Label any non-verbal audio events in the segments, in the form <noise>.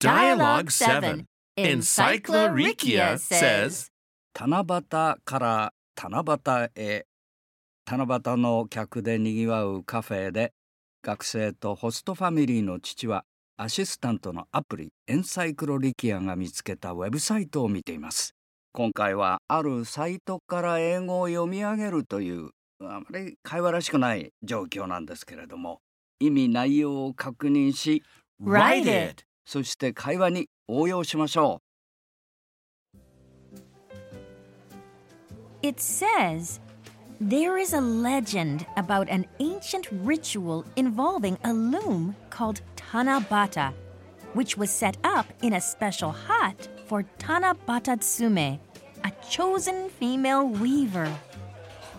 Dialogue 7 Encyclorhynchia says, 七夕から七夕へ七夕の客でにぎわうカフェで学生とホストファミリーの父はアシスタントのアプリエンサイクロリキアが見つけたウェブサイトを見ています今回はあるサイトから英語を読み上げるというあまり会話らしくない状況なんですけれども意味内容を確認し Write it! そして会話に応用しましょう It says there is a legend about an ancient ritual involving a loom called Tanabata, which was set up in a special hut for Tanabata Tsume, a chosen female weaver.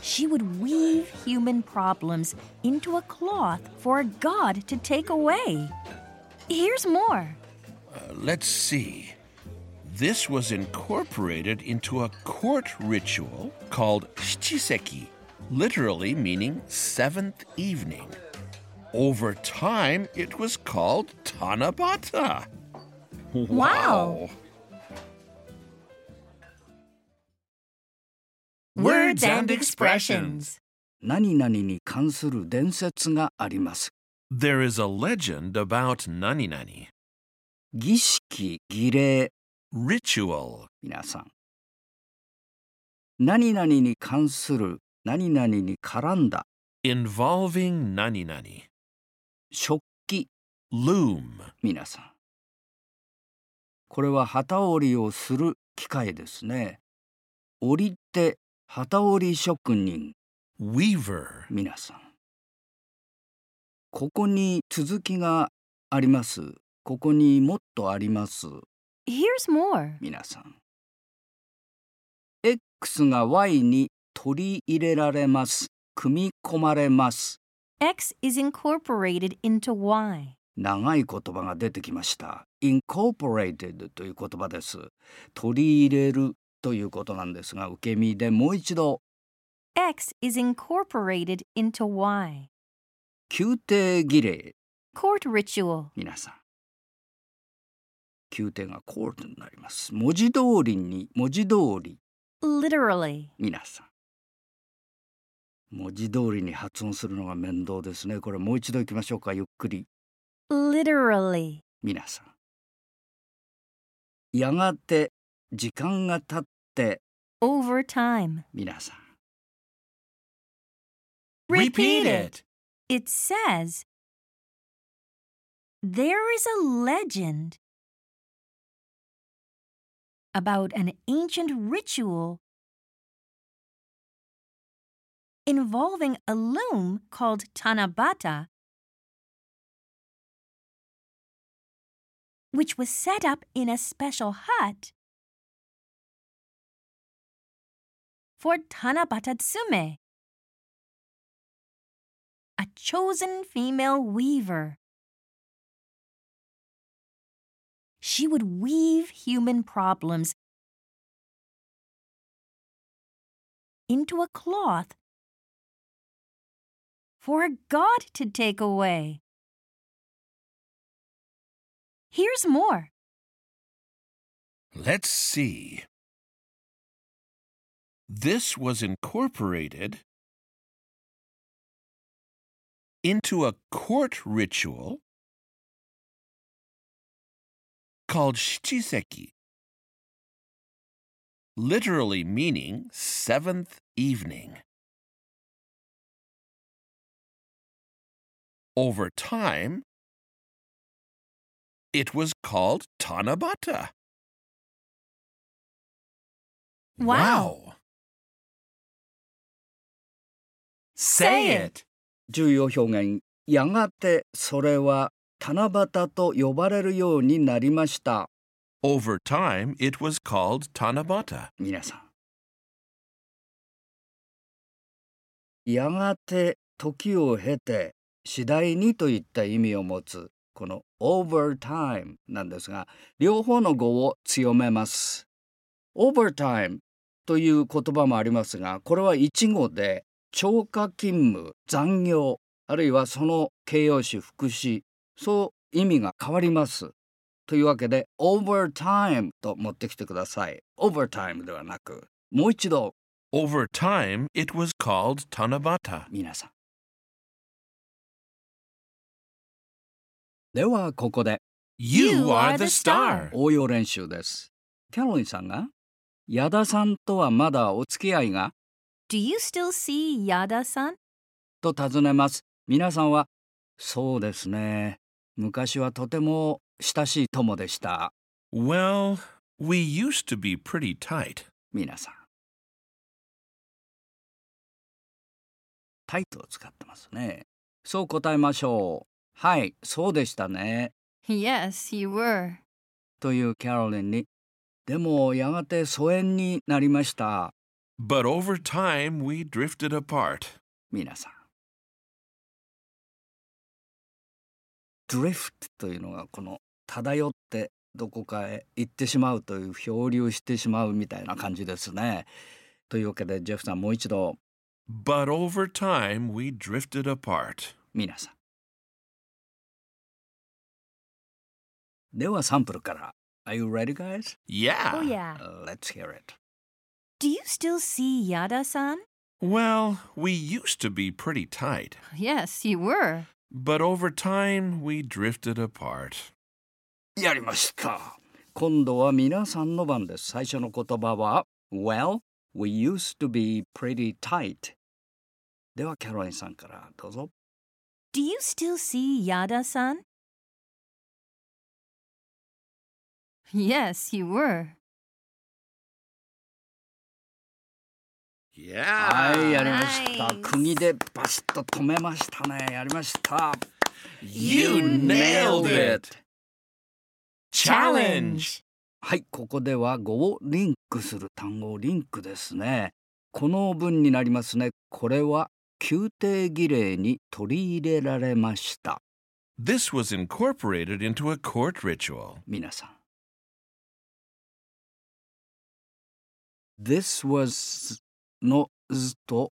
She would weave human problems into a cloth for a god to take away. Here's more. Uh, Let's see. This was incorporated into a court ritual called shichiseki, literally meaning seventh evening. Over time, it was called Tanabata. Wow. Words and expressions. 何々に関する伝説があります。 There is a legend about nani nani, 儀式、儀礼、 ritual, 皆さん。何々に関する、何々に絡んだ、 involving nani nani, 食器、 loom, 皆さん。これは旗織りをする機械ですね。織り手、旗織り職人、 weaver, 皆さん。ここに続きがあります。ここにもっとあります。 Here's more. 皆さん。X が Y に取り入れられます。組み込まれます。 X is incorporated into Y. 長い言葉が出てきました。incorporated という言葉です。取り入れるということなんですが、受け身でもう一度、 X is incorporated into Y. 宮廷儀礼、 Court ritual. 皆さん。宮廷がコールになります。文字通りに、文字通り、 Literally. 皆さん。文字通りに発音するのが面倒ですね。これもう一度いきましょうか、ゆっくり。 Literally. 皆さん。やがて、時間が経って、 Over time. 皆さん。 Repeat it! It says There is a legend about an ancient ritual involving a loom called Tanabata, which was set up in a special hut for Tanabata Tsume. a chosen female weaver. She would weave human problems into a cloth for a god to take away. Here's more. Let's see. This was incorporated into a court ritual called shichiseki, literally meaning seventh evening. Over time, it was called Tanabata. Wow. Say it! 重要表現。やがて、それは、七夕と呼ばれるようになりました。 Over time, it was called Tanabata. 皆さん。やがて、時を経て、次第にといった意味を持つ、この overtime なんですが、両方の語を強めます。overtime という言葉もありますが、これは一語で、超過勤務、残業、あるいはその形容詞、副詞、そう意味が変わります。というわけで overtime と持ってきてください。overtime ではなく、もう一度 Over time, it was called Tanabata. 皆さん。ではここで You are the star. 応用練習です。キャロリンさんが矢田さんとはまだお付き合いが Do you still see Yada san? と尋ねます。皆さんはそうですね。昔はとても親しい友でした。 Well, we used to be pretty tight. 皆さん。タイトを使ってますね。そう答えましょう。はい、そうでしたね。 Yes, you were. というキャロリンに。でもやがて疎遠になりました。 But over time, we drifted apart. 皆さん。ドリフトというのがこの漂ってどこかへ行ってしまうという漂流してしまうみたいな感じですね。というわけでジェフさんもう一度 But over time, we drifted apart. 皆さん。ではサンプルから。Are you ready, guys? Yeah. Oh, yeah. Let's hear it. Do you still see Yada san? Well, we used to be pretty tight. Yes, you were. But over time, we drifted apart. やりました。今度は皆さんの番です。最初の言葉は Well, we used to be pretty tight. ではキャロリンさんからどうぞ。 Do you still see Yada san? Yes, you were. Yeah. はい、やりました。ナイス釘でバシッと止めましたね。やりました。 You nailed it. Challenge. はい、ここでは語をリンクする単語リンクですね。この文になりますね。これは宮廷儀礼に取り入れられました。 This was incorporated into a court ritual. 皆さん。This was の s と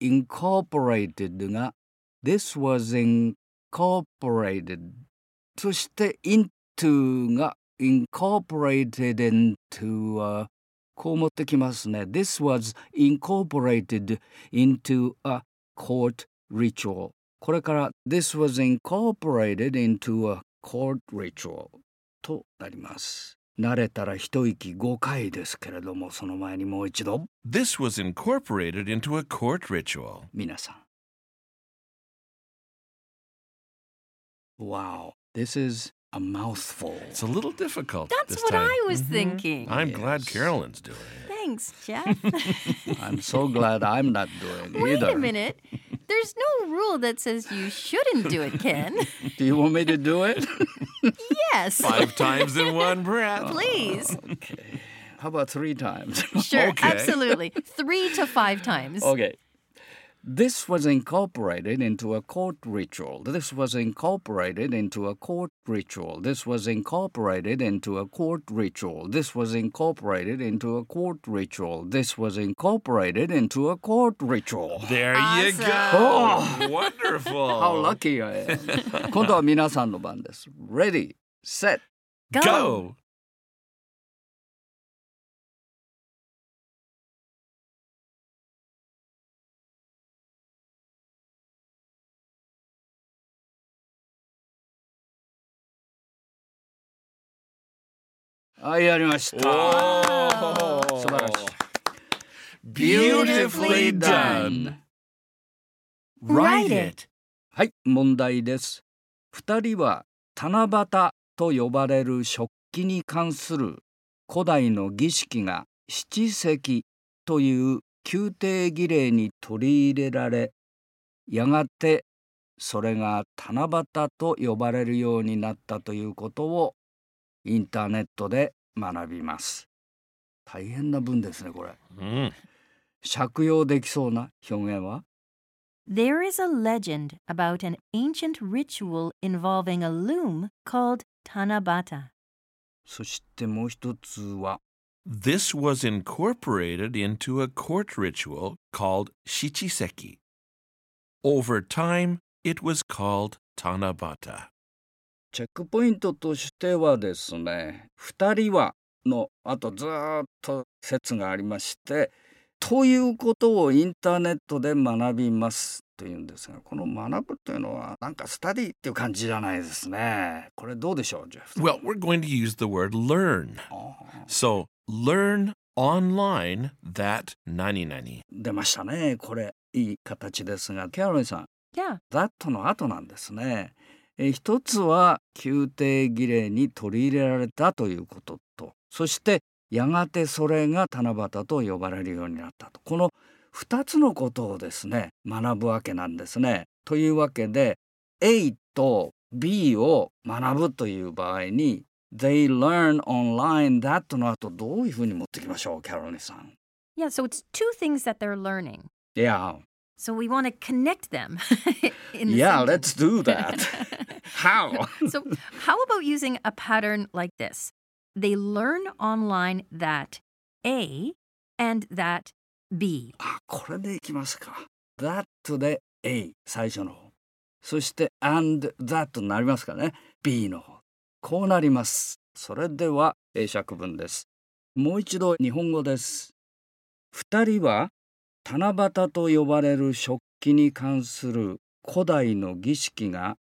incorporated が This was incorporated そして into が incorporated into はこう持ってきますね。This was incorporated into a court ritual これから This was incorporated into a court ritual となります。慣れたら一息5回ですけれども、その前にもう一度、 This was incorporated into a court ritual. 皆さん。Wow, this is a mouthful. <laughs> It's a little difficult. That's this what time. Mm-hmm. I was thinking. I'm glad Mm-hmm. Yes. Carolyn's doing it. <laughs> Thanks, Jeff. I'm so glad I'm not doing <laughs> it Wait either. a minute. There's no rule that says you shouldn't do it, <laughs> Ken. <laughs> Do you want me to do it? <laughs> yes. Five times <laughs> in one breath. <laughs> Please. okay. How about three times? Sure, Okay. Oh, absolutely. Three to five times. Okay. This was incorporated into a court ritual. This was incorporated into a court ritual. This was incorporated into a court ritual. This was incorporated into a court ritual. This was incorporated into a court ritual. There you go. Awesome. Wonderful. Oh. <laughs> How lucky I am. 今度は皆さんの番です。Ready, set. Go. はい、やりました。 Oh. 素晴らしい。 Beautifully done. Write it. はい、問題です。二人は七夕と呼ばれる食器に関する古代の儀式が七石という宮廷儀礼に取り入れられ、やがてそれが七夕と呼ばれるようになったということをインターネットで学びます。大変な文ですね、これ。 Mm. 借用できそうな表現は There is a legend about an ancient ritual involving a loom called Tanabata. そしてもう一つは This was incorporated into a court ritual called Shichiseki. Over time, it was called Tanabata. チェックポイントとしてはですね「二人は」のあとずーっと説がありまして「ということをインターネットで学びます」というんですがこの「学ぶ」というのはなんか「スタディ」っていう感じじゃないですね。これどうでしょうジェフ Well, we're going to use the word learn. あー So, learn online that nani nani. 出ましたねこれいい形ですがキャロリンさん Yeah. that の後なんですね。えー一つは宮廷儀礼に取り入れられたということとそしてやがてそれが七夕と呼ばれるようになったとこの2つのことをですね学ぶわけなんですね。というわけで A と B を学ぶという場合に They learn online that の後どういうふうに持ってきましょうキャロリンさん。 Yeah, so it's two things that they're learning. いや、 So we want to connect them. <laughs> in the yeah, sentence. let's <laughs> do that. How? so, how about using a pattern like this? They learn online that A and that B. あ、これでいきますか。that で A、最初の方。そして and that になりますかね。B の方。こうなります。それでは英釈文です。もう一度日本語です。二人は七夕と呼ばれる食器に関する古代の儀式が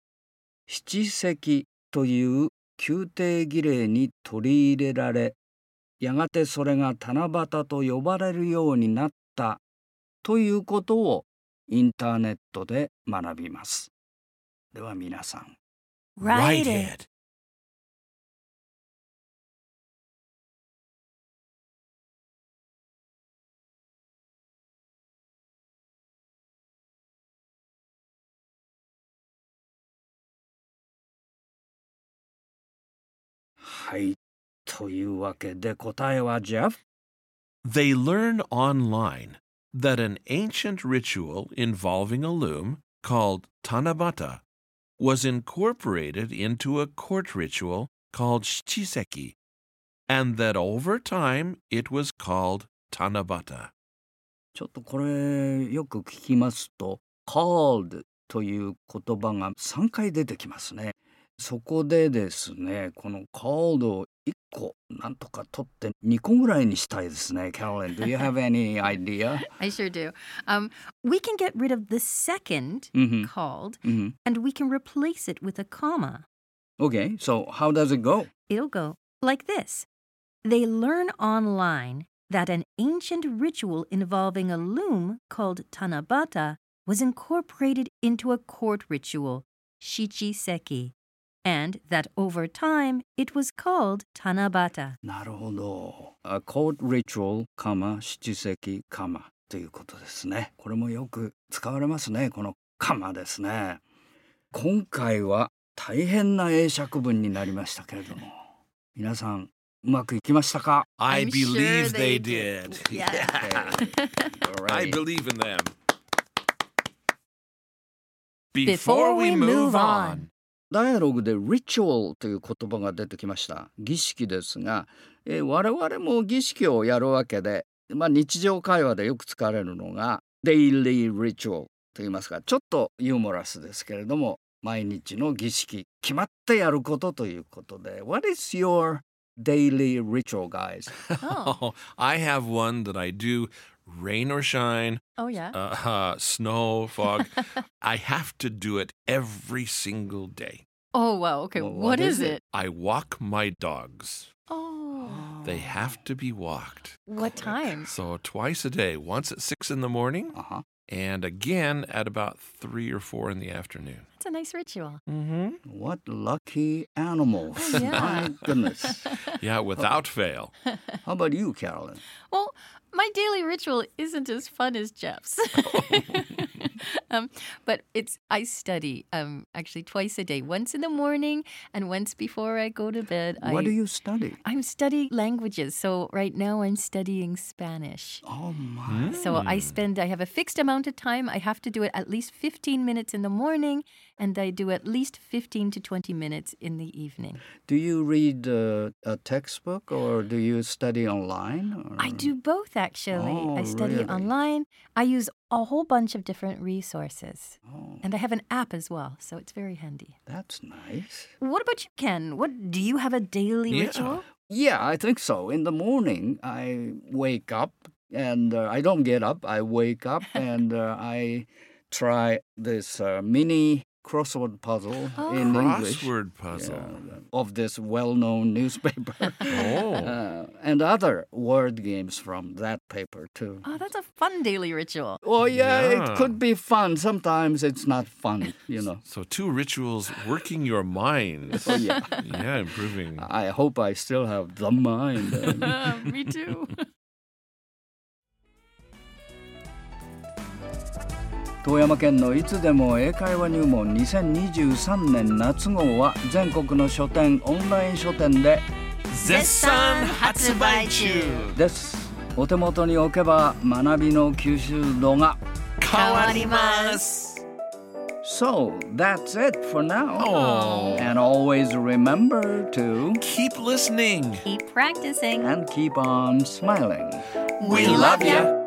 七石という宮廷儀礼に取り入れられやがてそれが七夕と呼ばれるようになったということをインターネットで学びます。では皆さん。 Write it. はい。というわけで答えはジェフ They learn online that an ancient ritual involving a loom called Tanabata was incorporated into a court ritual called Shichiseki, and that over time it was called Tanabata. ちょっとこれよく聞きますと「called」という言葉が3回出てきますね。そこでですねこの「called」を1個なんとか取って2個ぐらいにしたいですね。キャロリン、do you have any idea? I sure do. Um, We can get rid of the second うん called, うんうん and we can replace it with a comma. Okay, so how does it go? It'll go like this They learn online that an ancient ritual involving a loom called Tanabata was incorporated into a court ritual, Shichiseki, and that over time it was called Tanabata. なるほど。A court ritual, カマ、七石、カマということですね。これもよく使われますね。このカマですね。今回は大変な英釈文になりましたけれども、皆さんうまくいきましたか I I'm sure believe they, they did. did. <laughs> Yeah. I Alright. believe in them. Before we move on. ダイアログで ritual という言葉が出てきました。儀式ですが、えー我々も儀式をやるわけで、まあ、日常会話でよく使われるのが daily ritual といいますか、ちょっとユーモラスですけれども、毎日の儀式、決まってやることということで、What is your daily ritual, guys? <laughs> Oh, I have one that I do rain or shine, <laughs> Oh, yeah. uh, uh, snow, <laughs> fog. I have to do it every single day. <laughs> Oh, wow. Okay. Well, what what is is it? I walk my dogs. Oh. They have to be walked. What time? So twice a day, once at six in the morning あは and again at about three or four in the afternoon. It's a nice ritual. Mm-hmm. What lucky animals. Oh, <laughs> yeah. My goodness. <laughs> Yeah, without fail. How about you, Carolyn? Well, my daily ritual isn't as fun as Jeff's. <laughs> <laughs> um, but it's I study um, actually twice a day, once in the morning and once before I go to bed. I, What do you study? I'm studying languages. So right now I'm studying Spanish. Oh my. So I spend I have a fixed amount of time. I have to do it at least 15 minutes in the morning and I do at least 15 to 20 minutes in the evening. Do you read uh, a textbook or do you study online? Or? I do both actually. Um, Oh, I study really? online. I use a whole bunch of different resources. Oh, And I have an app as well, so it's very handy. that's nice. What about you, Ken? What do you have a daily Yeah. ritual? Yeah, I think so. In the morning, I wake up and uh, I don't get up. I <laughs> wake up and uh, I try this uh, mini crossword puzzle Oh. in English. Crossword puzzle. Yeah, of this well-known <laughs> newspaper <laughs> Oh. uh, and other word games from that paper too. Oh, that's a fun daily ritual. Oh yeah, Uh, Yeah. it could be fun. Sometimes it's not fun, you know. So two rituals working your mind. <laughs> Oh yeah. yeah, improving. I hope I still have the mind. <laughs> <laughs> uh, <laughs> Me too. 富山県のいつでも英会話入門2023年夏号は全国の書店オンライン書店で絶賛発売中ですお手元に置けば学びの吸収度が変わります So that's it for now Oh. and always remember to Keep listening. Keep practicing. and keep on smiling We love you.